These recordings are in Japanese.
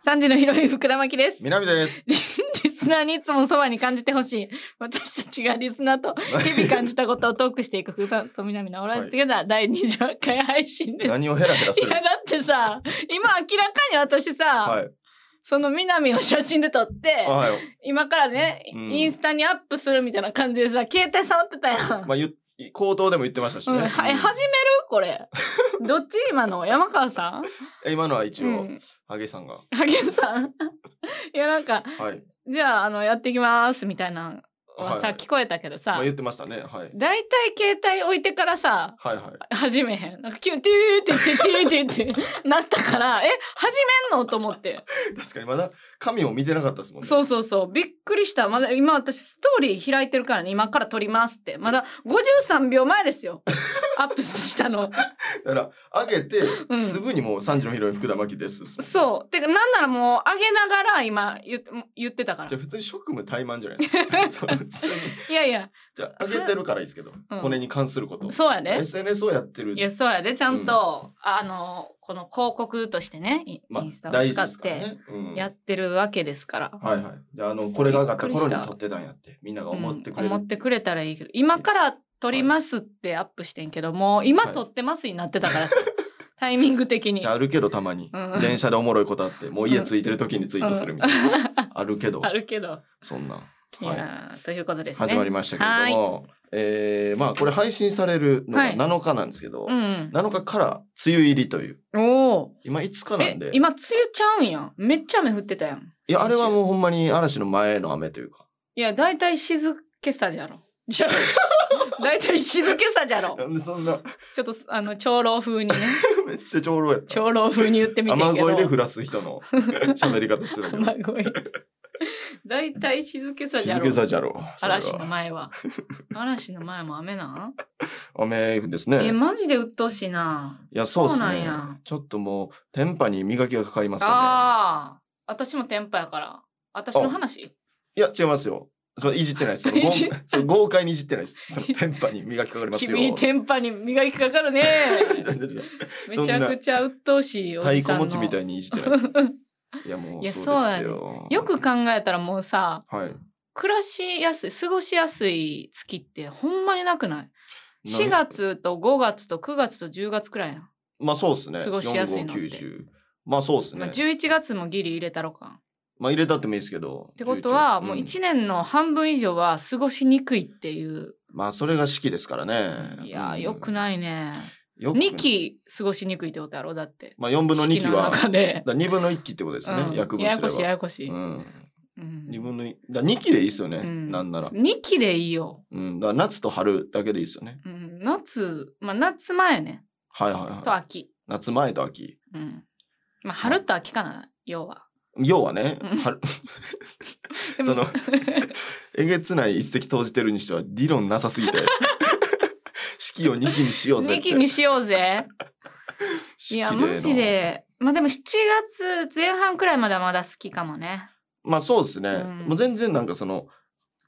三時のヒロイン福田真希です。南です。リリスナーにいつもそばに感じてほしい。私たちがリスナーと日々感じたことをトークしていく福田と南のオーライズトゥゲザー第28回配信です。 何をヘラヘラすいるんやだですってさ今明らかに私さ、か。はい。その南を写真で撮ってはい。今からね、うんインスタにアップするみたいな感じでさ携帯触ってた やん。まあ、ゆ、口頭でも言ってましたしうん、ね。は始めるこ れどっち今の山川さん、うん今のは一う応、ん、ハゲさんが。ハゲさん いやなんかはい。じゃああのやってきますみたいなのははいさ、聞こえたけどまさあ、言ってましたね。はい。大体携帯置いてからさ はいはい。始めへんなんか急に「テュー」って言って「テュー」って言ってなったからえ始めんのと思って確かにまだ紙を見てなかったですもんね。そうそうそうびっくりしたまだ今私ストーリー開いてるからね今から撮りますってまだ53秒前ですよアップしたのだから、上げてう、んすぐにもう3時のヒロイン福田真希です。そうてかなんならもう上げながら今言って言ってたからじゃあ普通に職務怠慢じゃないで すか。そう普通に。いやいやじゃあ、上げてるからいいですけど、うんこれに関すること。そうやで、 SNS をやってるい。やそうやでちゃんと、あのこの広告としてねイまインスタあ、を大事使でっすからてね。うんやってるわけですから、はいはい。じゃあ、あの、これが上がった頃びっくりしにた撮ってたんやって、みんながうん思ってくれる。思ってくれたらいいけど今から撮りますってアップしてんけどもう今はい撮ってますになってたからさ、 タイミング的に じゃあ、あるけど、たまに、うん電車でおもろいことあって、もう家着いてる時にツイートするみたいな。 あるけどあ、るけど、そんな。い、はい。やーということですね始まりましたけれども、えー、まあ、これ配信されるのはがい7日なんですけど、うん7日から梅雨入りという、お今5日ーなんえで、い今梅雨ちゃうんやんめっちゃ雨降ってたやんや、あれはうもうほんまに嵐の前の雨というか、いや大体静けさじゃろじゃ あ大体静けさじゃろなんでそんな、 ちょっとあの長老風にねめっちゃ長老やった。長老風に言ってみてんけど雨声で降らす人の喋り方してた けど。雨 乞い大体静けさじゃ静ろけさじゃろう。それは嵐の前 は嵐の前も雨なん雨ですね。えマジで鬱陶しいないや、そうですそうなんねや。ちょっともう、電波に磨きがかかりますよね。ああ私も天パやから私の話いや、違いますよ。それいじってないです。その い豪じその豪快にいじってないです。その電波に磨きかか りますよ。君天パに磨きかかる ねめちゃくちゃ鬱陶しいお太じ鼓さん持ちみたのいにいじってないです。 いや、もいやうそうですそよ。よく考えたらもうさはい。暮らしやすい過ごしやすい月ってほんまになくない4なん。月と5月と9月と10月くらいやん、まあそうですね。過ごしやすいのって4590まあそうですまあ、ね。 11月もギリ入れたろかまあ入れたってもいいですけど。ってことは、 11もう1年の半分以上は過ごしにくいっていう。うんまあそれが式ですからね。いやー、うんよくないね。よく2期過ごしにくいってことやろだって。まあ4分の2期式のは。だか中で。ら2分の1期ってことですね。うん約分やすやれこば。しいややこしい。うん。うん二分の一だ二期でいいですよね、うんなんなら、 2期でいいよ。うん、だから夏と春だけでいいですよねうん、夏、まあ夏前ね。はいはいとはい秋。夏前と秋うん。まあ春と秋かな、要は。要はね、うん春 でもそのえげつない一石投じてるにしては理論なさすぎ て式を二期にしようぜっ2て期にしよう ぜ。い式や、のマジで。まあでも7月前半くらいまではまだ好きかもね。まあそうですね、うんもう全然なんかその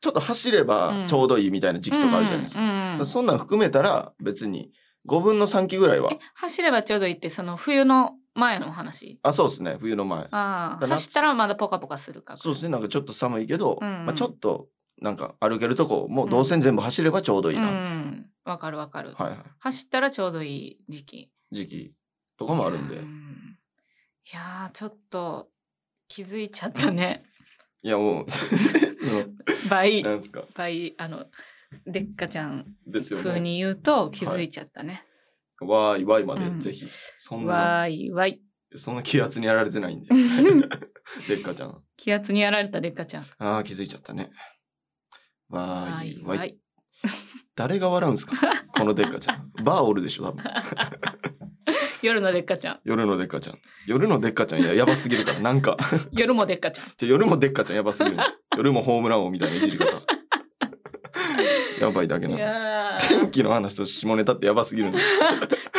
ちょっと走ればちょうどいいみたいな時期とかあるじゃないですか,、うんうんうんだからそんなん含めたら別に5分の3期ぐらいはえ走ればちょうどいいってその冬の前のお話あそうですね冬の前ああだから走ったらまだポカポカするかそうですね、なんかちょっと寒いけど、うんうんまあ、ちょっとなんか歩けるとこ、もう動線全部走ればちょうどいいな、うはんわかるわかる、いはい、走ったらちょうどいい時期時期とかもあるんで、ういいやーちょっと気づいちゃったね やもう、そ倍うなんですか、倍あのでっかちゃんですよ風ね。に言うと気づいちゃったね、わーいわーいまうんで、ぜひ、そんな、わーいわいそんな気圧にやられ てないんで、でっかちゃん。気圧にやられたでっかちゃんああ、気づいちゃったね。わわーーいいわわーい。い誰が笑う んですかこのでっかちゃん。バーおるでしょ、多分。夜のでっかちゃん夜のでっかちゃん。夜のでっかちゃん、いや、やばすぎるから、なんか。夜もでっかちゃんじゃあ夜もでっかちゃんやばすぎる。 夜もホームラン王みたいないじり方。やばいだけいな。やー天気の話と下ネタってやばすぎるんです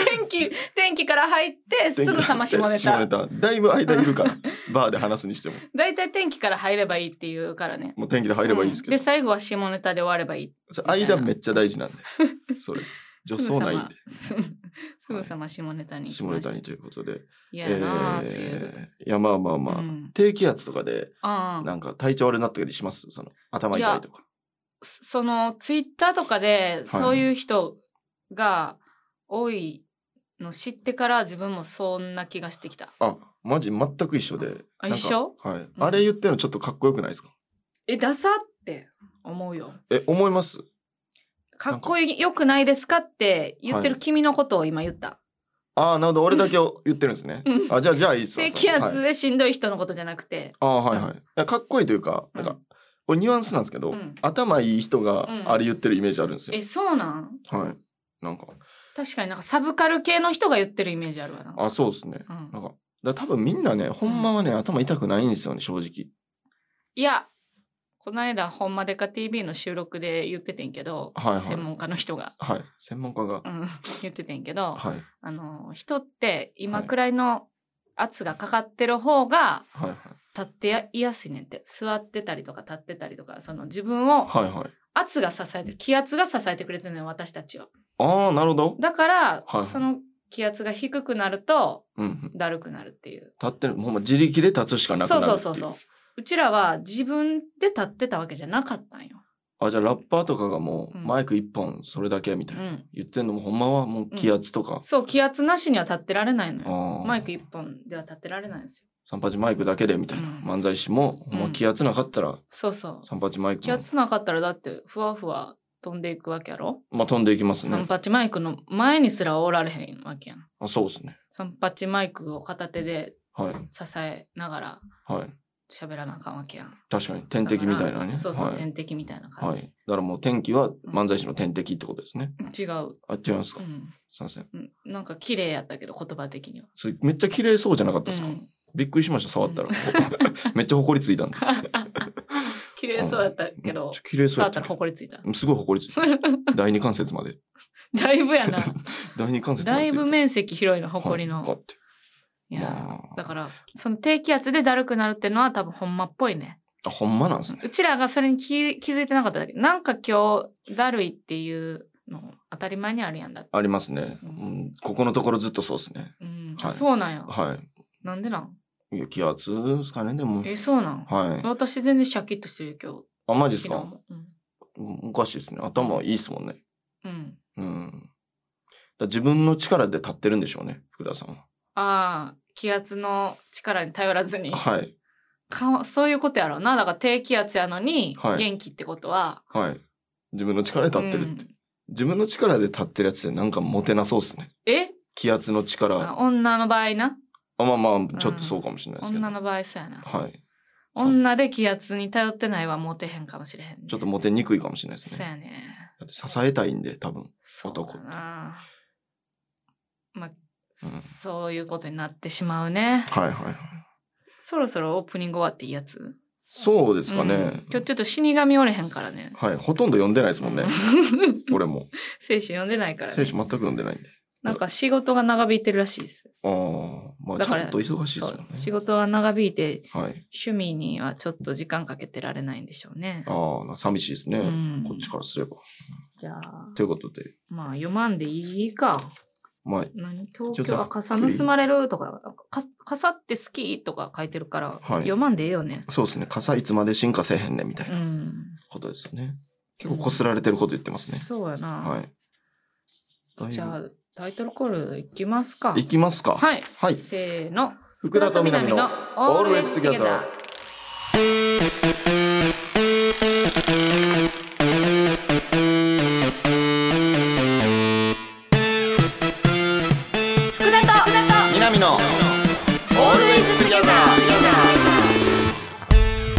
天気天気から入ってすぐさま下ネ下タネタ。だいぶ間いるから。バーで話すにしても。大体天気から入ればいいっていうからね もう天気で入ればいいんですけうんで。ど最後は下ネタで終わればいいそれ間めっちゃ大事なんで。それ。女装ないんで。すぐさますぐさま下ネタに行き下まネしたタにということで。嫌やなあ、え梅雨ーいやまあまあまあ、うん低気圧とかでああなんか体調悪くなったりしますその頭痛いとか。そのツイッターとかでそういう人が多いの知ってから自分もそんな気がしてきた。あマジ全く一緒で。あなんか一緒はい、あれ言ってるのちょっとかっこよくないですかえ、ダサって思うよ。え思いますかっこよくないですかって言ってる君のことを今言った。ああなるほど俺だけを言ってるんですね。うんあじゃあじゃあいいっすわ低気そ圧れはいでしんどい人のことじゃなくて。ああはいはいいや。かっこいいというかなんか、うんこれニュアンスなんですけど、うん頭いい人がうんあれ言ってるイメージあるんですよえ、。そうなんはい。なんか確かになんかサブカル系の人が言ってるイメージあるわな。あそうですね。うんなんかだから多分みんなねほんまはね、頭痛くないんですよね正直。いや、この間、ほんまでか TV の収録で言っててんけど、はいはい専門家の人が、はい専門家が、うん、 言っててんけど、はいあの、人って今はいくらいの圧がかかってる方がはいはい立ってやいやすいねんって、座ってたりとか立ってたりとか、その自分をはいはい。圧が支えてる、気圧が支えてくれてるのよ、私たちを。ああなるほど。だから、はいその気圧が低くなると、うんうん。だるくなるっていう。立ってるほんま自力で立つしかなくなそるうっていそうそうそう。うちらは自分で立ってたわけじゃなかったんよ。あじゃあラッパーとかがもううんマイク一本それだけみうたいな、ん。言ってんのもほんまはもう気圧とか、そう、気圧なしには立ってられないのよ。ああマイク一本では立ってられないんですよ。三八マイクだけでみたいな、うん漫才師も、うんもう気圧なかったらそうそう。三八マイク気も、圧なかったらだってふわふわ飛んでいくわけやろ、まあ飛んでいきますサンね。パチマイクの前にすらおられへんわけやん。あそうですね。サンパチマイクを片手ではい支えながらはい喋らなあかんわけやん。確かに天敵みたいなだかね。らそうそう、はい天敵みたいな感はい。じ。だからもう天気は漫才師の天敵ってことですね。違う、あ違いますか。うんすいません。うん。なんか綺麗やったけど、言葉的には。それめっちゃ綺麗そうじゃなかったうですか。ん、びっくりしました触ったら。 めっちゃ埃ついたんで。綺麗そうやったけどめっちゃ、綺麗そう触やっったたら。埃ついた。すごい埃ついた。 第二関節まで。だいぶや な。第二関節まだでいついてぶ面積広いの、埃の。はいこうやっていやーまあだから、その低気圧でだるくなるってのは多分ほんまっぽいね。あほんまなんですね。うちらがそれに気気づいてなかっただけ。なんか今日だるいっていうの当たり前にあるやんだって。ありますね。ううんん、ここのところずっとそうですね。うん。はいそうなんや。はなんでなんい。いや気圧ですかねでも。え、そうなん、はい。私全然シャキッとしてる今日。あマジです昨日か。も。うん。おかしいですね。頭いいですもんね。うん、うん。だ自分の力で立ってるんでしょうね福田さんは。ああ、気圧の力に頼らずに。はいかそういうことやろうな。だから低気圧やのにはい元気ってことは。はい。自分の力で立ってるって。うん自分の力で立ってるやつでなんかモテなそうですね。え気圧の力。ああ女の場合な。まあまあちょっとそうかもしれないですけど。女の場合そうやな。はい。女で気圧に頼ってないはモテへんかもしれへん、ね。ちょっとモテにくいかもしれないですそうね。やね。だって支えたいんで多分。そう男っだてな。まあ、うんそういうことになってしまうね。はいはいはい。そろそろオープニング終わっていいやつそうですかね。うん今日ちょっと死神おれへんからね。はい。ほとんど読んでないですもんね。うん 俺も。聖書読んでないから、選ね手。全く読んでないんで。なんか仕事が長引いてるらしいです。ああ、まあだちからゃんと忙しいでそう仕事が長引いてすもんね。はい。趣味にはちょっと時間かけてられないんでしょうね。ああ、寂しいですね。うんこっちからすれば。じゃあ、ということで、まあ読まんでいいか。まあ、何一応東ざ京っくりは傘盗まれるとか、か傘って好きとか書いてるから、はい読まんでええよね。。そうですね。傘いつまで進化せえへんねみたいうなんことですよね。結構こすられてること言ってますね。そうやな。はい。だいぶじゃあ、タイトルコールいきますか。いきますか。はい。はい。せーの。福田と南のオールウェ Always イズ Together 福田と福田と南のオールウェイズトゥギャザ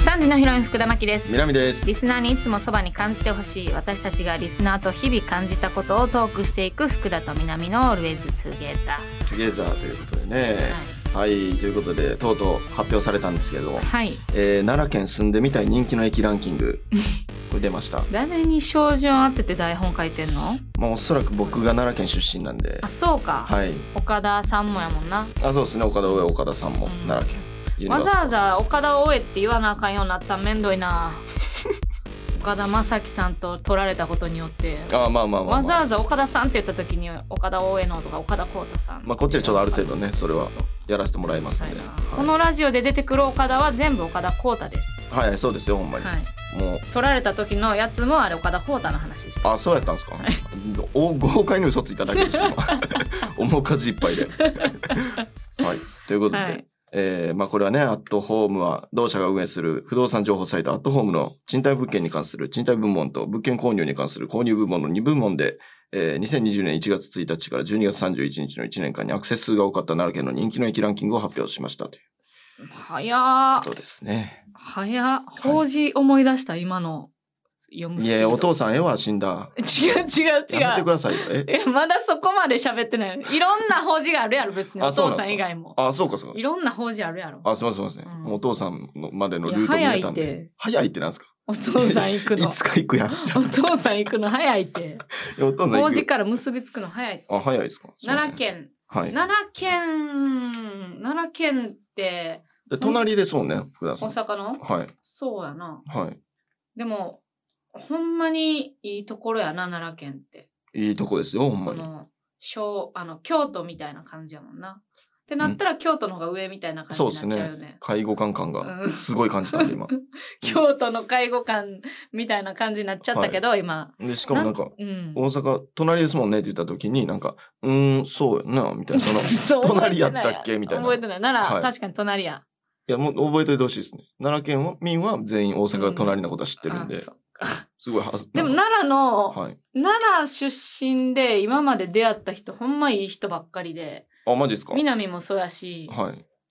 三時のヒロイン福田真希です。南です。リスナーにいつもそばに感じてほしい私たちがリスナーと日々感じたことをトークしていく福田と南の Always Together。トゥギャザーということでね。はい、ということで、とうとう発表されたんですけども、はい。えー、奈良県住んでみたい人気の駅ランキ ング、これ出ました。誰に照準当てて台本書いてんの？まあ、おそらく僕が奈良県出身なんであ、、そうか。はい。岡田さんもやもんな。あ、そうですね。岡田上岡田さんもうん奈良県。ユニバわーざサ わざ岡田を追えって言わなあかんようになったらめんどいな。岡田将生さんと取られたことによってあーまあまあまあ、まあ、わざわざ岡田さんって言った時に岡田大江のとか岡田浩太さんまあこっちでちょっとある程度ねそれはやらせてもらいますんで、はいはいこのラジオで出てくる岡田は全部岡田浩太です、はいはいそうですよほんまに、はい、もう取られた時のやつもあれ岡田浩太の話でしたあそうやったんですかお豪快に嘘ついただけ でしょ面かじいっぱいではいということで、はいえーまあ、これはね、アットホームは、同社が運営する不動産情報サイトアットホームの賃貸物件に関する賃貸部門と物件購入に関する購入部門の2部門で、えー2020年1月1日から12月31日の1年間にアクセス数が多かった奈良県の人気の駅ランキングを発表しましたという早っことですね。早っ法事思い出した今の読むいスピーやドいや、お父さん、絵は死んだ。 違う違う違うやめてくださいよ。ええまだそこまで喋ってないのいろんな法事があるやろ別にあおそう父なさんですかん以外もあ、そうか、そうかい。ろんな法事あるやろあ、すみません、すみませうん。んもうお父さんのまでのいルやートを見早えいたっんで。て早いってなんですかお父さん行くいのつか 行くやん。じゃお父さん行くの早いってあお父さん法行く事。から結びつくの早いってあ、早いですか。すいませ奈ん良。県はい。奈良県奈良県ってで隣ですもんね、福田さ大ん。阪のはい。そうやなはい。でもほんまにいいところやな奈良県っていいとこですよ、ほんまこに。の小あの京都みたいな感じやもんなってなったら京都の方が上みたいな感じそうになでっちすゃうよねね。介護官感うがんすごい感じたんで、 今。京都の介護官みたいな感じになっちゃったけど、今。で、しかもなんか、うん。大阪、隣ですもんねって言った時に、なんか、うーん、そうやな、みたいな、その、い そう隣やったっけみたいな覚えてない。なら、はい確かに隣や。や、もう覚えておいてほしいですね。奈良県民は全員大阪が隣のことは知ってるんあで、そうすごいはず。でもなん奈か良の、はい。奈良出身で今まで出会った人、ほんまいい人ばっかりで、あ、マジですかはい。南もそうやし、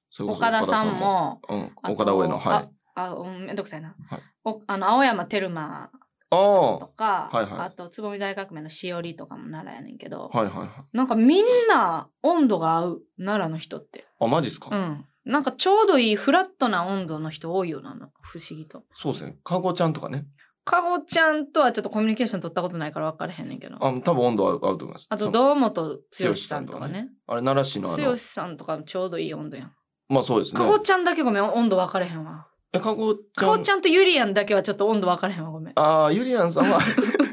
それこそ岡田さん。も、うん、あと岡田大江の、はい。あ、うんめんどくさいな。はいおあの、青山テルマああ、とはか、はいはいあと、つぼみ大革命のしおりとかも奈良やねんけど、いはいはい。なんかみんな温度が合う、奈良の人って。あ、マジですか、うん。なんかちょうどいいフラットな温度の人多いよな、なんか不思議と。そうですね。かごちゃんとかね。かほちゃんとはちょっとコミュニケーション取ったことないから分からへんねんけど。あ、多分温度合う合うと思います。あそと、の堂本剛さんとかね。あれ、奈良市のあ剛の、さんとかちょうどいい温度やん。まあそうですね。かほちゃんだけごめん、温度分からへんわ。え、かごちかほちゃんとゆりやんだけはちょっと温度分からへんわ、ごめん。あ、ああ、ゆりやんさんは、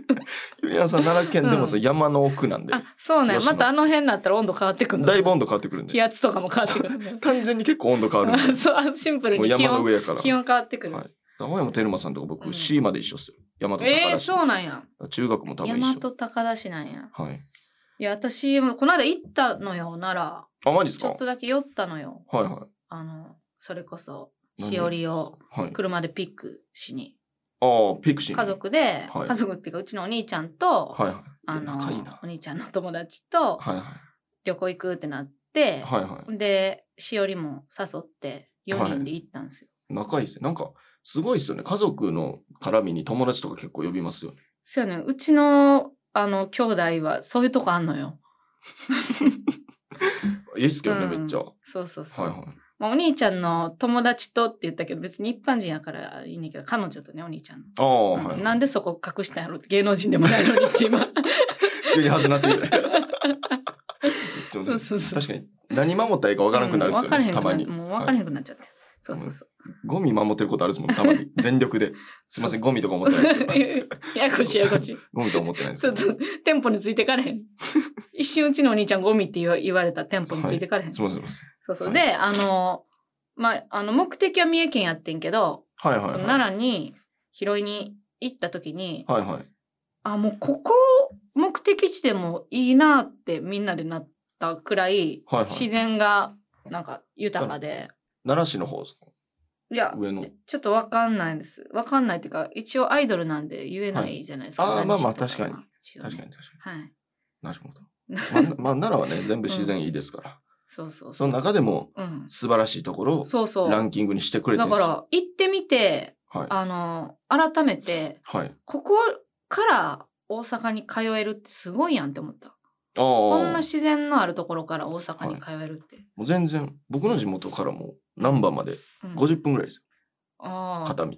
ゆりやんさん奈良県でもその山の奥なんで、そうね。吉野またあの辺になったら温度変わってくんのだいぶ温度変わってくるん気で。圧とかも変わってくるんだよ単純に結構温度変わるん で。そうあ、シンプルもうに気山温の上やから。気温変わってくる。はい青山テルマさんとかう僕、ん C まで一緒っすよ。山と高ええ田ー、市。そうなんや。中学も多分大一和緒。高田市なんや。はい。いや、私もこの間行ったのよ、なら。あ、マジですちょかっとだけ酔ったのよ。はいはあの、それこそ、何しおりをい。はい。車でピックしに。ああ、ピクシー。家。族で、はい家族っていうか、うちのお兄ちゃんと、はいはい。あの仲いいな。お兄ちゃんの友達とはいはい。旅行行くってなって、はいはで、しおりも誘って、4人で行ったんですよ。い。仲いいですね。なんか、すごいですよね。家族の絡みに友達とか結構呼びますよね。そうやね、うちの、あの、兄弟はそういうとこあんのよ。いいっすけどね、うんめっちゃ。そうそうそう。はいはい。まあ、お兄ちゃんの友達とって言ったけど、別に一般人やからいいねんけど、彼女とね、お兄ちゃんの。ああ、はい。なんでそこ隠したんやろって芸能人でもないのにって 今急にはず なってきて。ちょっそうとそうそう確かに何守ったらいいか分からなくなるんですよね、うん分かたまらへんにくなもう分からへんくなっちゃって、そうそうそうゴミ守ってることあるですもんたま に全力ですいませんゴミとか思ってないですけどややこしいややこしいゴミとか思ってないですちけょっどと店舗についてかれへ ん一瞬うちのお兄ちゃんゴミって言わ言われた店舗についてかれへん、すそうみませんすいませそう、はいであのまああの目的は三重県やってんけど、んはいそはいのはい奈良に拾いに行った時に、はいはいあもうここ目的地でもいいなってみんなでなったくらい、はいはい自然がなんか豊かで、奈良市の方ですかいや上のちょっとわかんないです。わかんないっていうか、一応アイドルなんで言えないじゃないですか。はいあー何してまあまあた確かには。一応ね確かに確かにはい。なるほどまあなまあ奈良はね全部自然いいですから、そうそうそそう。の中でもうん。素晴らしいところそうそをう。ランキングにしてくれてだるんでかすよら、行ってみて、はいあの、改めて、はいここから大阪に通えるってすごいやんって思った。ああこんもな自然のあるところから大阪に通えるって。う全然僕の地元からも難波までうん50分ぐらいですよああ片道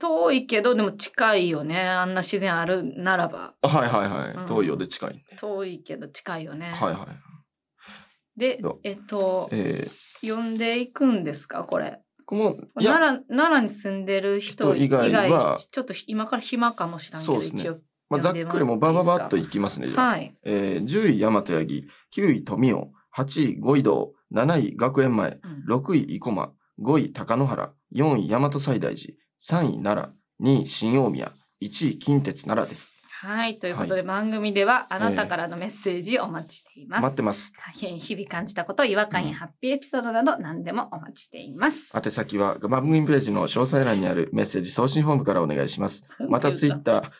遠いけど、でも近いよね。あんな自然あるならば。あはいはいはい、うん遠いようで近いんで遠いけど近いよね。はいはいでどう、えっと、えー呼んでいくんですかこれ。こも、いや、奈良奈良に住んでる人人以以外外はちょっと今から暇かもしらんけそど、うですね一応。まあ、ざっくりもうバババッといきますね。じゃあはい。えー10位大和八木、9位富雄、8位五位堂、7位学園前、うん6位生駒、5位貴野原、4位大和西大寺、3位奈良、2位新大宮、1位近鉄奈良です。はい。ということで、番組ではあなたからのメッセージお待ちしています。待ってます。はい日々感じたこと、違和感やハッピーエピソードなど何でもお待ちしています。宛先は番組ページの詳細欄にあるメッセージ送信フォームからお願いします。またツイッター、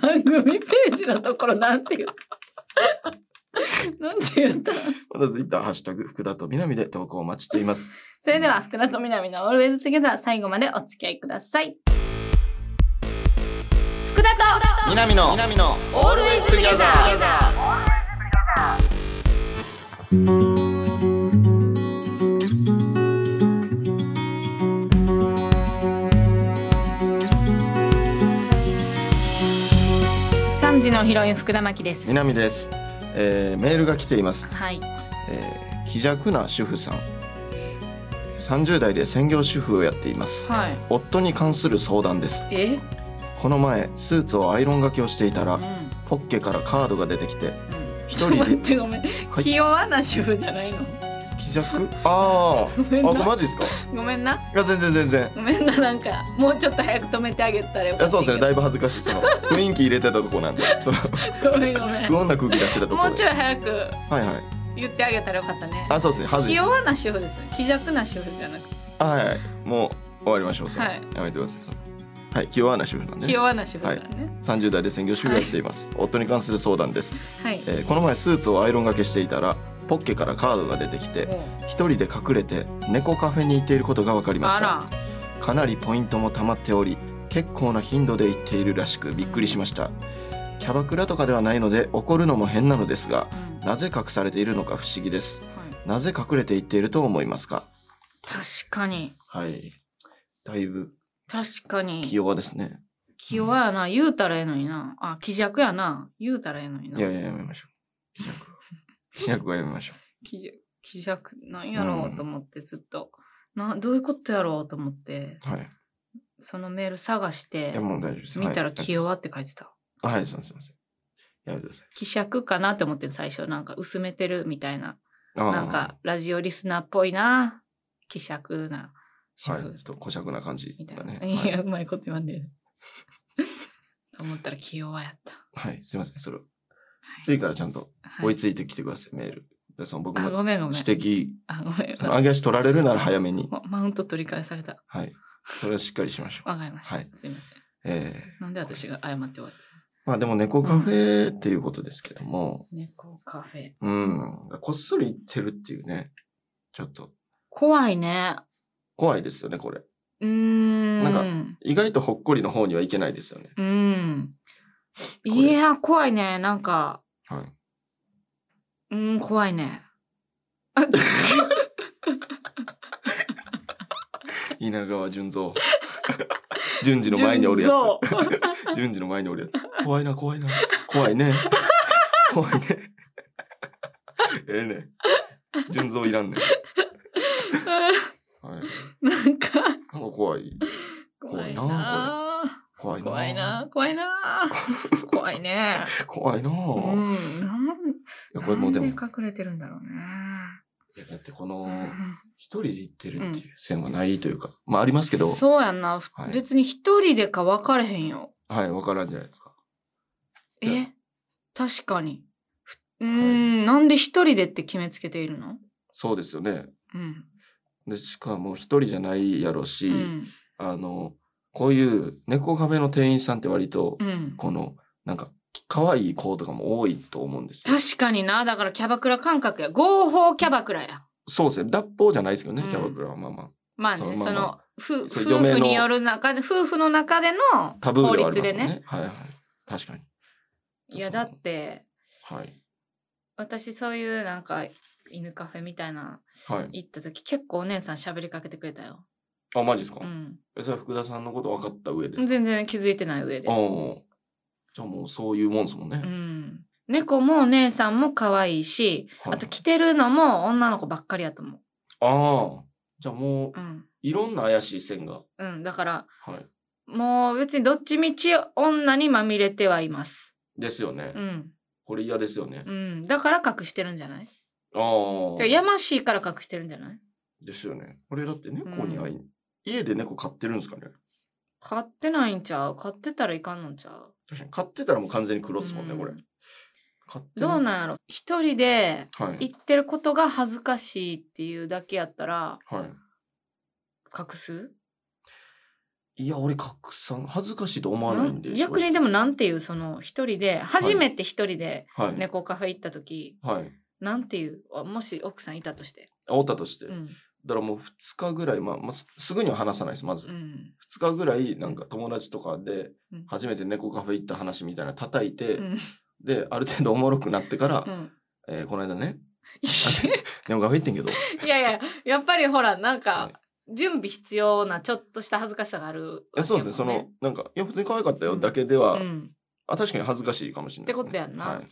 番組ページのところなんて言う なんて言ったまたツイッター、ハッシュタグ、福田と南で投稿お待ちしています。それでは福田と南の Always Together 最後までお付き合いください福田と南の、南の、オールウェイズ・トゥギャザー3時のヒロイン福田真希です南です、えーメールが来ています。はいえー、気弱な主婦さん30代で専業主婦をやっていますはい夫に関する相談ですえ、この前スーツをアイロンがけをしていたうらんうん、ポッケからカードが出てきて一ちょ人っと 待でってごめん、い気弱な主婦じゃないの気弱あーごめんあこれなマジですかいごめんなや全然全然ごめんななんかもうちょっと早く止めてあげたらよかいやったそうですねだねいぶ恥ずかしいその雰囲気入れてたとこなんでそのごめんごめん不穏な空気出してたとこもろうちでょい早くはいはい言ってあげたらよかったねあそうですね恥ず気い弱な主婦ですね気弱な主婦じゃなくてあはいはいもう終わりましょうそのはいやめてくださいそのはい気弱な主婦なん気でね弱な主婦さんね30代で専業主婦をやっています、夫に関する相談ですはい、えーこの前スーツをアイロンがけしていたらポッケからカードが出てきて一人で隠れて猫カフェに行っていることが分かりましあたらかなりポイントも溜まっており結構な頻度で行っているらしくびっくりしましたキャバクラとかではないので怒るのも変なのですがうんなぜ隠されているのか不思議ですはいなぜ隠れて行っていると思いますか確かにはいだいぶ確かに気弱ですね気弱やな言うたらええのになあ気弱やな言うたらええのにないやいややめましょう気弱は気弱はやめましょ気弱気弱なんやろうと思ってずっと、などういうことやろうと思ってうはいそのメール探していやもう大丈夫です見たら気弱はって書いてた、いはいすいませんすいませんやめてください気弱かなって思って最初なんか薄めてるみたいなああなんかラジオリスナーっぽいな気弱な主はい、ちょ婦っと小尺な感じみたいだな、ね。い、やはうまいこと言わんでると思ったら気弱やった、い、はい、すいません、それをはい次からちゃんとはい追いついてきてください、メール。でその僕あもごめんごめん指あごめん摘、その上げ足取られるなら早めに、まマウント取り返された。はい、それはしっかりしましょう。わかりました。はいすいません。えーなんで私が謝って終わったまあでも猫カフェっていうことですけども、猫カフェ。うん、こっそり行ってるっていうね、ちょっと怖いね。怖いですよね、これ。うーん。なん意外とほっこりの方にはいけないですよね。うん。れいや、怖いね。なんか、はい。うーん、怖いね。稲川淳三。 淳二の前におるやつ。純造順次の前におるやつ。怖いな、怖いな。怖いね。 怖いね。ええね。順三いらんね。はい。 なんか、なんか怖い。怖怖いいなな怖いな。怖いな。怖いな。怖 いね。怖いな。うん。なんいや、これもうでも、ないんで隠れてるんだろうね。や、だってこうの、ん一人で行ってるっていう線はないというか、まあありますけど、そうやんな。はい別に一人でか分かれへんよ。はい、わからんじゃないですか。いやえ確かに。ふうーん、なんで一人でって決めつけているのそうですよね。うん。で、しかも一人じゃないやろうし、うん。あの、こういう猫カフェの店員さんって割と、うん。この、なんか、可愛い子とかも多いと思うんですよ。確かにな。だからキャバクラ感覚や。合法キャバクラや。そうですね。脱法じゃないですけどね、うんキャバクラはまあまあ。まあね、そうそまあまの、ふそう夫嫁婦のによる中で、夫婦の中でのタブー法ではあり律ますでもんね。ね。はいはい。確かに。いや、だって、はい。私そういうなんか、犬カフェみたいなはい。行った時結構お姉さん喋りかけてくれたよ。あ、マジですか、うん。えそれは福田さんのこと分かった上ですか全然気づいてない上であ。あ。じゃあもうそういうもんですもんね。うん。猫もお姉さんも可愛いし、はいあと着てるのも女の子ばっかりやと思う。ああ。じゃあもううん。いろんな怪しい線が。うん、だから、はい。もう別にどっちみち女にまみれてはいます。ですよね。うん。これ嫌ですよねう。ん。だから隠してるんじゃないああ。やましいから隠してるんじゃないですよね。これだって猫に会い、家で猫飼ってるんですかね買ってないんちゃう買ってたらいかんのんちゃう確かに飼ってたらもう完全に黒ですもんね、うんこれ。飼ってどうななんやろ一人ではい。行ってることが恥ずかしいっていうだけやったらは隠すい。いや、俺、拡散、恥ずかしいと思わないんで。なん逆にでもなんていうその一人で初めて一人で正直、はい。猫カフェ行った時、はい。なんていうあもし奥さんいたとしておったとして。うんだからもう2日ぐらい、まあ、まあ、すすぐには話さないです、まず。うん2日ぐらい、なんか友達とかでうん、初めて猫カフェ行った話みたいなの叩いて、うんで、ある程度おもろくなってから、うんえーこの間ね、猫カフェ行ってんけど、 いやいややっぱりほらなんはかい準備必要なちょっとした恥ずかしさがあるいやそうですね、そわけやの、なんか、いや、普通に可愛かったようんだけでは、もんうんあ確かに恥ずかしいかもしれないです、ね。ってことやんなはい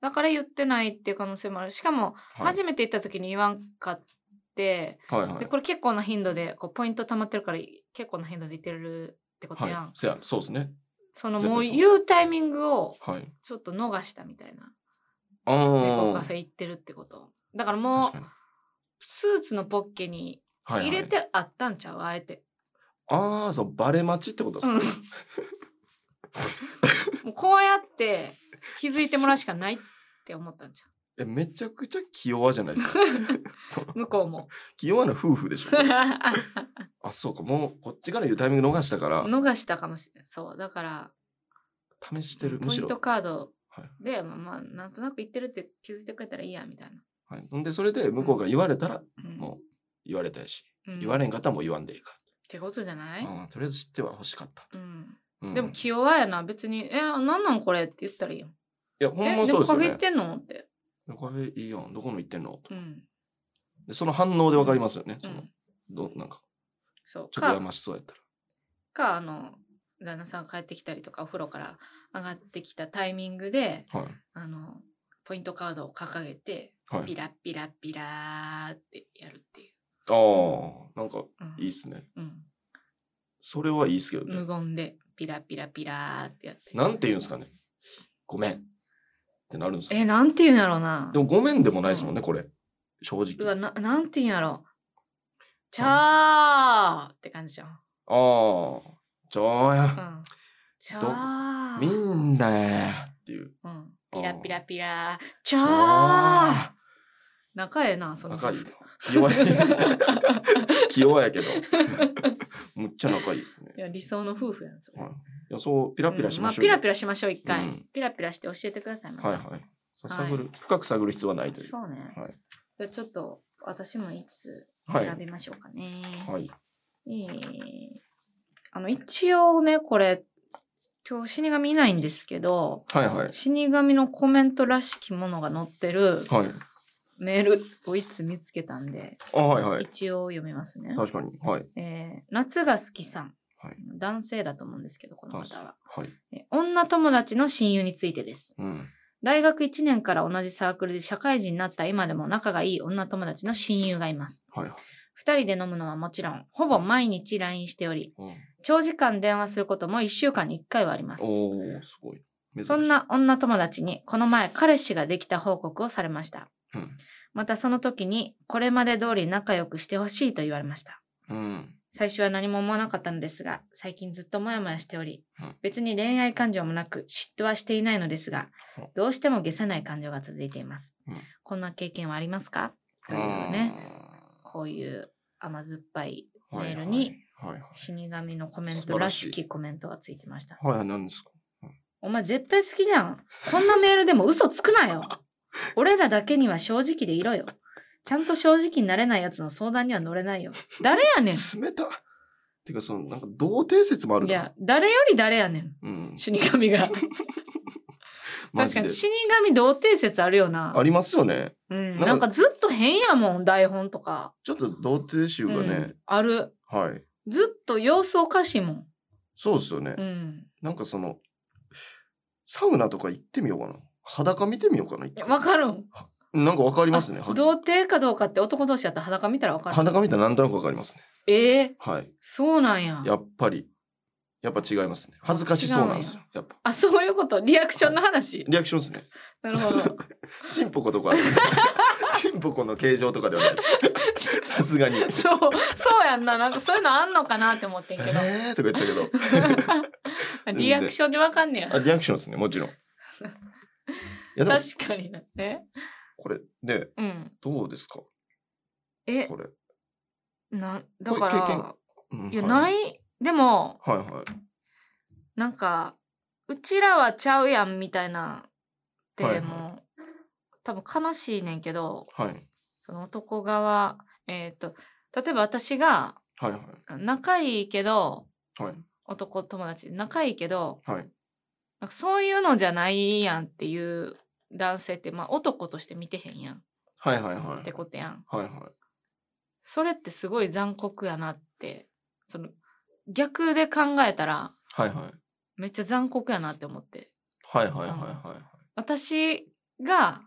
だから言ってないっていう可能性もあるしかもはい初めて行った時に言わんかって、はいはでい。これ結構な頻度でこうポイント貯まってるから結構な頻度でいってるってことはいやん、。せや、そうですね。その絶対もうそう言うタイミングをはい。ちょっと逃したみたいなああ。猫カフェ行ってるってことだからも確うかに。スーツのポッケにはい、はい。入れてあったんちゃうあえて、ああ、そう、バレ待ちってことですうんか、 もうこうやって気づいてもらうしかないって思ったんちゃえ、めちゃくちゃ気弱じゃないです か。そうう向こうも気弱な夫婦で しょ。 あ、そうか、もうこっちから言うタイミング逃したから、逃したかもしれないそうだから試してる、ポむイしンろ。トカードはいで、まあまあ、なんとなく言ってるって気づいてくれたらいいやみたいな。はい、ほんで、それで向こうが言われたら、うんもう言われたいし、うん言われんかったらもう言わんでいいか。ってことじゃない、うん、とりあえず知っては欲しかった。うんうん、でも気弱やな別に「えなんなんこれ」って言ったらいいよ。いや、ほんえまでそもうですカよフェ行っね。てんのって。カフェいいやん、どこの行ってんのうん。でその反応でわかりますよね。うそのん、どなんか、そうちょっとやかましそうやったら。かあの旦那さんが帰ってきたりとかお風呂から上がってきたタイミングではい。あのポイントカードを掲げてはいピ。ラピラピラーってやるっていう。ああ、なんかうんいいっすね。うんそれはいいっすけどね。無言でピラピラピラーってやって。なんて言うんですかね。ごめんってなるんですかえなんて言うんやろうな。でもごめんでもないですもんね、これ。正うわ直。ななんて言うんやろちゃーって感じじゃん。ああ、ちょーうや、ん、ちゃーみんなやっていう。うん、ピラピラピラちちょゃー仲ええなその仲いい夫婦な。弱い。器用やけど。むっちゃ仲いいですね。いや理想の夫婦やんそれはいいや、そう、ピラピラしましょううんよ。まあ、ピラピラしましょう一回、うんピラピラして教えてくださいまたはいはい。そう探る、深く探る必要はないという。そうね、はいじゃあちょっと私もいつはい。選びましょうかね、はい。えーあの一応ねこれ今日死神いないんですけどはいはい。死神のコメントらしきものが載ってるはい。メールをいつ見つけたんで、あ、はいはい。一応読みますね。確かに。はい。えー夏が好きさん、はい男性だと思うんですけど、この方は。はい。え女友達の親友についてです。うん。大学1年から同じサークルで社会人になった今でも仲がいい女友達の親友がいます。はいはい。 2人で飲むのはもちろん、ほぼ毎日 LINE しており、うん長時間電話することも1週間に1回はあります。おー、すごい。珍しいそん、な女友達にこの前彼氏ができた報告をされました。うんまたその時にこれまで通り仲良くしてほしいと言われました。うん。最初は何も思わなかったのですが、最近ずっとモヤモヤしておりうん、別に恋愛感情もなく嫉妬はしていないのですがうん、どうしても消せない感情が続いていますうん。こんな経験はありますかというね、こういう甘酸っぱいあー。メールにはいはい。はい死神のコメン素トら晴らしいしきコメントがついてました。はい、はい、何ですかお前絶対好きじゃん。こんなメールでも嘘つくな よ。俺らだけには正直でいろよ。ちゃんと正直になれないやつの相談には乗れないよ。誰やねん。い冷たてか、その、なんか、童貞説もあるなや、誰より誰やねん。うん。死神 が。マ確ジかでに死神童貞説あるよあな。りますよね。うん。なんかなんかずっと変やもん、台本とか。ちょっと童貞臭がうねん、ある。はい。ずっと様子おかしいもん。そうですよね。うん。なんかその、サウナとか行ってみようかな。裸見てみようかな。一いや回わかるん。なんかわかりますね。あ童貞かどうかって男同士やったら裸見たらわかる。裸見たらなんとなくわかりますね。ええはい。そうなんや。やっぱり、やっぱ違いますね。恥ずかしそうなんですよ。やっぱ。あ、そういうこと。リアクションの 話。リアクションですね。なるほど。チンポコとか、チンポコの形状とかではないです。さすがに。えそう、そうやんな。なんかそういうのあんのかなって思ってんけど。ーとか言ってた けど。リアクションでわかんねあや。リアクションですね、もちろん。いや、でも、確かにな。えこれ、で、うん。どうですかえ、これ。な、だかこういう経ら、うんいや、はないい、でも、はいはい。なんか、うちらはちゃうやんみたいなって、はいはいもう、多分悲しいねんけど、はい。その男側、えっ、と、例えば私が、はいはい。仲いいけど、はい。男友達、仲いいけど、はい。なんかそういうのじゃないやんっていう男性って、まあ男として見てへんやんっはいはいはい。てことやん。はいはい。それってすごい残酷やなって、その、逆で考えたら、はいはい。めっちゃ残酷やなって思って。はいはいはいは私が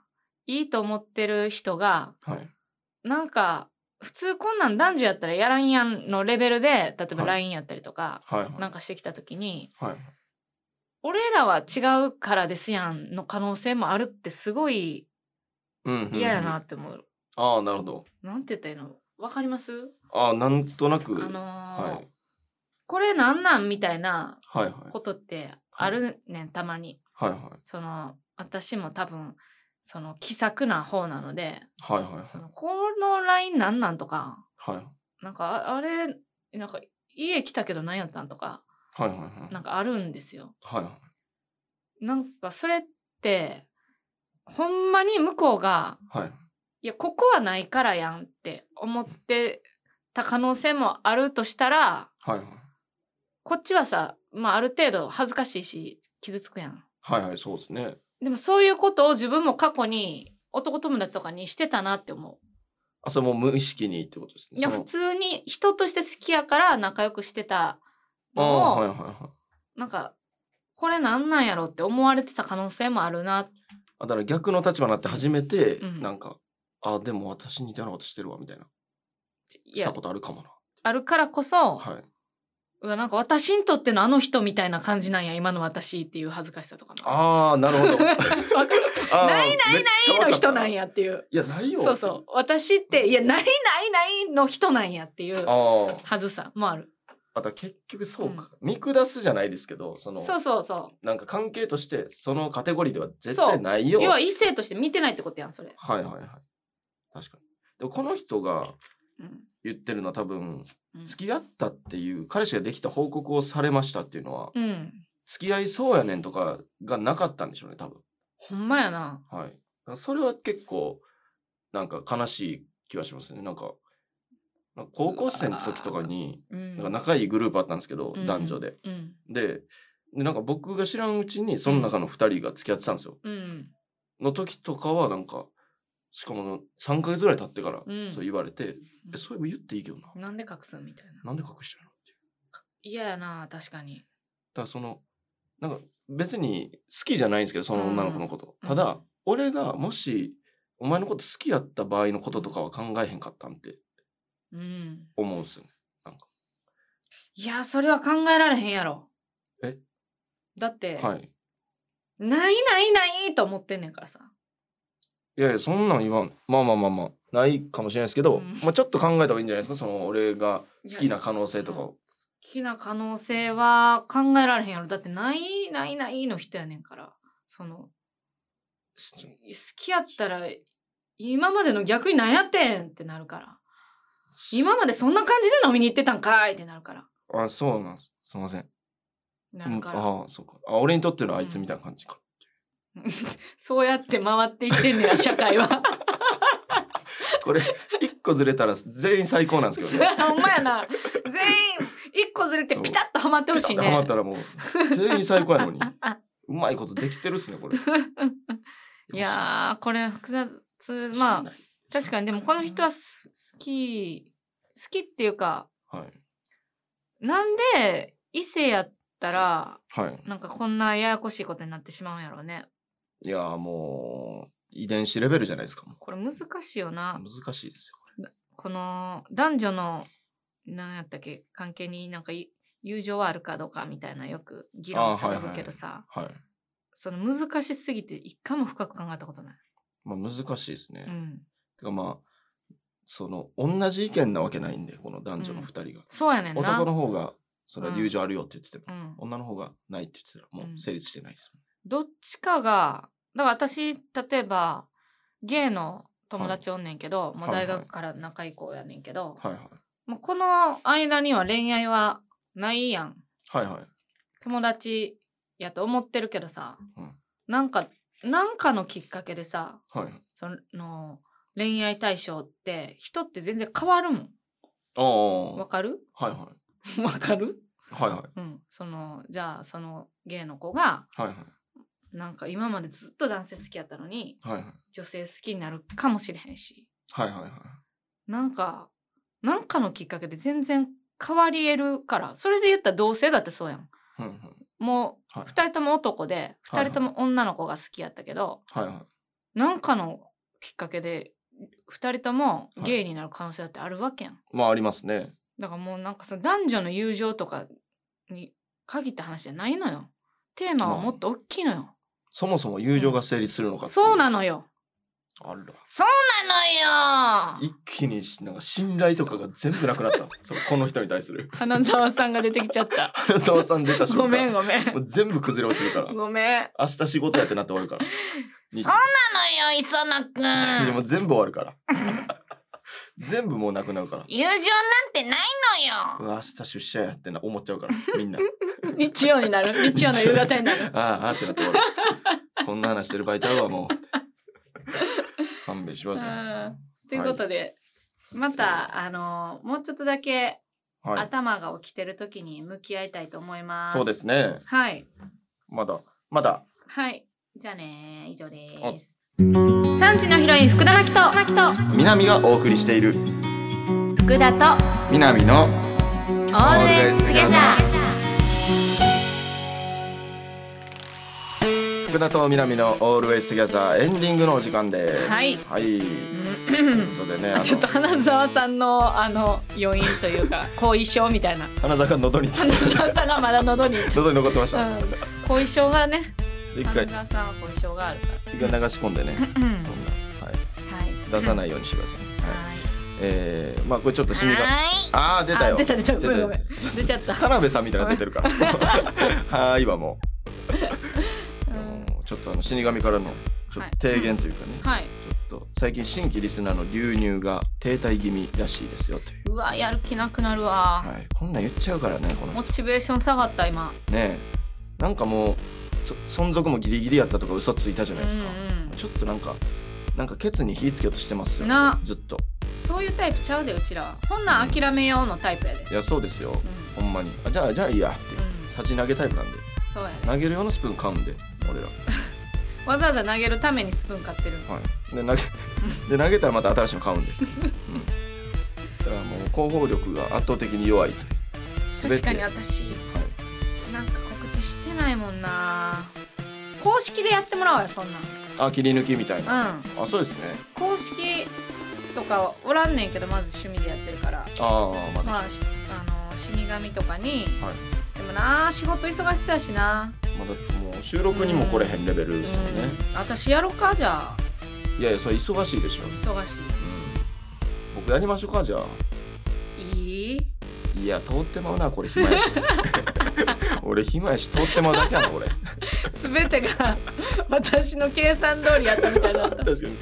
いいと思ってる人が、い。はい。なんか、普通こんなん男女やったらやらんやんのレベルで、例えばはい LINE やったりとか、はいはい。なんかしてきた時に、はい。俺らは違うからですやんの可能性もあるってすごいうん、うん。嫌やなうん。って思う。ああ、なるほど。なんて言ったらいいのわかりますああ、なんとなあく。のーはい。これなんなんみたいなはいはい。ことってあるねん、たまに。はいはい。その、私も多分、その気さくな方なので、はいはいはい。そのこの LINE なんなんとか、はいはいなんかああれ、なんか家来たけど何やったんとか、はいはい。なんかあるんですよ。はいはい。なんかそれって、ほんまに向こうが、はい。いや、ここはないからやんって思ってた可能性もあるとしたら、はいはい。こっちはさ、まあある程度恥ずかしいし、傷つくやん。はいはい、そうですね。でもそういうことを自分も過去に男友達とかにしてたなって思あ、それも無意識にってことですう。ね。いや、その普通に人として好きやから仲良くしてたああ、のはいを、はいはい。なんか、これなんなんやろって思われてた可能性もあるな。あ、だから逆の立場になって初めて、うんなんか、あ、でも私似たようなことしてるわ、みたいな。いしたやことあるかもな。 あるからこそ、はい。うわなんか私にとってのあの人みたいな感じなんや、今の私っていう恥ずかしさとかも。ああ、な るほど。わかるあーないないめっちいゃわかのった人なんやっていう。いや、ないよ。そうそう。私って、いや、ないないないの人なんやっていうああ。はずさもある。あと結局そうか、見下すじゃないですけど、その、そうそうそなんか関係として、そのカテゴリーでは絶そう。対ないうよ。要ははい異性として見てないってことやん、それ。はいはい。確かに。でもこの人がうん言ってるのは多分、うん付き合ったっていう、彼氏ができた報告をされましたっていうのは、うん。付き合いそうやねんとかがなかったんでしょうね、多分。ほんまやな。はい。だからそれは結構、なんか悲しい気はしますね。なんか、なんか高校生の時とかに、うん。なんか仲いいグループあったんですけど、うん男女で。。うん。で、でなんか僕が知らんうちに、その中の2人が付き合ってたんですよ。うん。の時とかは、なんか、しかも3ヶ月ぐらい経ってからうん、そう言われて、え、そういう言っていいけどな。なんで隠すんみたいな。なんで隠してるのっていう。嫌やな、確かに。だからその、なんか別に好きじゃないんですけど、その女の子のこと。うんただ、俺がもし、お前のこと好きやった場合のこととかは考えへんかったんってうん。思うんですよね。いや、それは考えられへんやろ。えだって、はい。ないないないと思ってんねんからさ。いやいや、そんなん言わん。まあまあまあまあ、ないかもしれないですけうど、んまあちょっと考えた方がいいんじゃないですか、その俺が好きな可能性とかを。好きな可能性は考えられへんやろ。だって、ないないないの人やねんから。その、好きやったら、今までの逆に何やってんってなるから。今までそんな感じで飲みに行ってたんかいってなるから。あ、そうなんです。すいません。なるから。うんああ、そうか。あ、俺にとってのあいつみたいな感じか。そうやって回っていってんね や、社会は。これ、一個ずれたら全員最高なん ですけどね。ほんまやな。全員、一個ずれてピタッとはまってほしいね。ハマったらも う、全員最高やのに。うまいことできてるっすね、これ。いやー、これ複雑。まあ、確かに、でもこの人はす好き、好きっていうか、は、はい。なんで異性やったら、はい。なんかこんなややこしいことになってしまうんやろうね。いやーも遺伝子レベルじゃないですか。もうこれ難しいよな。難しいですよ。ここの男女の何やったっけ関係になんかい友情はあるかどうかみたいなよく議論されるけどさ、れはい。その難しすぎて一回も深く考えたことない。まあ難しいですね。うん。てかまあ、その、同じ意見なわけないんで、この男女の二人が。そうやねんな。男の方が、そのうん友情あるよって言ってても、うん。女の方がないって言ってたら、もう成立してないですもんね。どっちかが、だから私、例えば、ゲイの友達おんねんけど、もうはいは大い学から仲いい子やねんけど、はいはい。もうこの間には恋愛はないやん。はいはい。友達やと思ってるけどさ、うんなんか、なんかのきっかけでさ、はいはい。その恋愛対象って人って全然変わるもん。ああ。わかる はいはい。わかるはいはい。うん。その、じゃあそのゲイの子が、はいはい。なんか今までずっと男性好きやったのに、はいはい。女性好きになるかもしれへんしはいはいはい。なんかなんかのきっかけで全然変わり得るからそれで言ったら同性だってそうやんうんうん。もはいう2人とも男ではい2人とも女の子が好きやったけど、はいはい。なんかのきっかけで2人ともはいゲイになる可能性だってあるわけやん、まあありますね。だからもうなんかその男女の友情とかに限った話じゃないのよテーマはもっと大きいのよ、そもそも友情が成立するのかっていそうなのよあら。そうなのよ一気にしなんか信頼とかが全部なく なった。そのこの人に対する。花澤さんが出てきちゃ った花澤さん出た瞬間。ごめんごめん もう全部崩れ落ちるから。ごめん。明日仕事やってなって終わる から。日なのよ、磯野く一 日も全部終わるから。全部もうなくなるから。友情なんてないうわ明日出社やってな思っちゃうから みんな。のよ。日曜になる。日曜の夕方になる。あああーってなって終わる。こんな話してる場合ちゃうわもうって。勘弁しますよ。うん ということで、また、あのーもうちょっとだけ、はい。頭が起きてる時に向き合いたいと思います。そうですね。はい。まだまだはい。じゃあね以上です。産地のヒロイン、福田真希と、真希と、南がお送りしている福田と、南のオールエストゲザー。福田と南のオールウェイストギャザーエンディングのお時間です。はいはい。ということでね、あのちょっと花澤さんのあの余韻という か後遺症みたいな花坂喉にちょっ 花澤さんがまだ喉にと喉に残ってましうた。ん後遺症がね、一花回澤さんは後遺症があるか一回流し込んでね、ら。うんそんなはいはい。出さい。ないようにしてください。はい。はい。えー、まあこれちょっと死にがはああ出たい。あよ。出た出た。ごめんごめん出。出ちゃった。田辺さんみたいなの出て るから。 はーいはも う。うんあのちょっとあの死神からのちょっと提言というかね。はい。ちょっと最近新規リスナーの流入が停滞気味らしいですよという、うわやる気なくなるわ。はい、こんなん言っちゃうからねこのモ人チベーション下がった今。ねえなんかもうそ存続もギリギリやったとか嘘ついたじゃないですか、うんうんちょっとなんかなんかケツに火つけようとしてますよなずっとそういうタイプちゃうでうちらは。こんなん諦めようのタイプやで。うん。いやそうですよほんまにあじゃあじゃあいいやって、うんさじ投げタイプなんでそうやね。投げる用のスプーン買うんで俺らわざわざ投げるためにスプーン買ってる。はい、で投げで投げたらまた新しいの買うんで、うん、だからもう広報力が圧倒的に弱いという全確かに私はいなんか告知してないもんな。公式でやってもらおうよそんなあ切り抜きみたいな、ん。うん。あそうですね公式とかおらんねんけどまず趣味でやってるから。ああまだ、まあ、しあの死神とかに、はいでもなあ仕事忙しそうやしな、まあだってもう収録にも来れへんレベルですよね、うん私やろうかじゃあいやいやそれ忙しいでしょ、うん、忙し僕やりましょうかじゃあいい いいや通ってまうなこれ暇 やし俺暇やし通ってまうだけやな俺全てが 私の計算通りやったみたいだった 確かに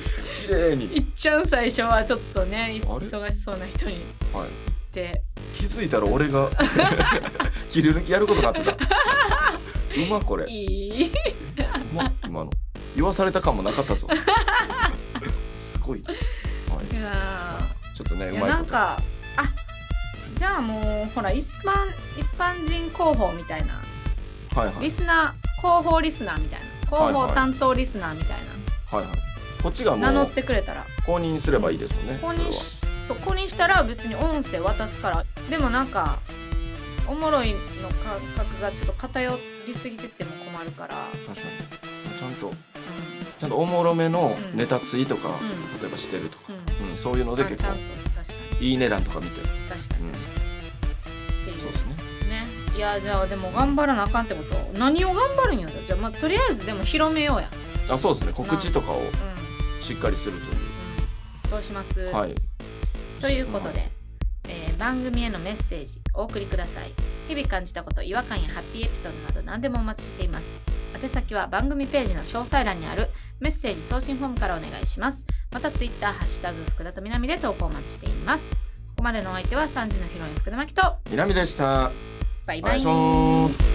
綺麗にいっちゃん最初はちょっとねいあれ忙しそうな人に言っはいて気づいたら俺 が切り抜きやることになってたうまこれういいま今の言わされた感もなかったぞ すごい、はいやい、ちょっとねーういまいやなことんかあじゃあもうほら一般一般人広報みたいなはいはいリスナー広報リスナーみたいな広報担当リスナーみたいな、はいはい。こっちが名乗もうってくれたら公認すればいいですもんね。公認しそう公認したら別に音声渡すからでもなんかおもろいの感覚がちょっと偏りすぎてても困るから、それは確かに。ちゃんとうちゃんとおもろめのネタツイとか、ん例えばしてるとか、うんうんそういうのであち結ゃんと構確かいい値段とか見てるに確かに確かに、うんっていうそうですねねいやじゃあでも頑張らなあかんってこと何を頑張るんやろじゃあ、まあ、とりあえずでも広めようや、あそうですね告知とかをうんしっかりするといううん、そうします、はいということで、えー番組へのメッセージお送りください日々感じたこと違和感やハッピーエピソードなど何でもお待ちしています宛先は番組ページの詳細欄にあるメッセージ送信フォームからお願いしますまたツイッターハッシュタグ福田と南で投稿お待ちしていますここまでのお相手は3時のヒロイン福田真希と南でしたバイババイイソー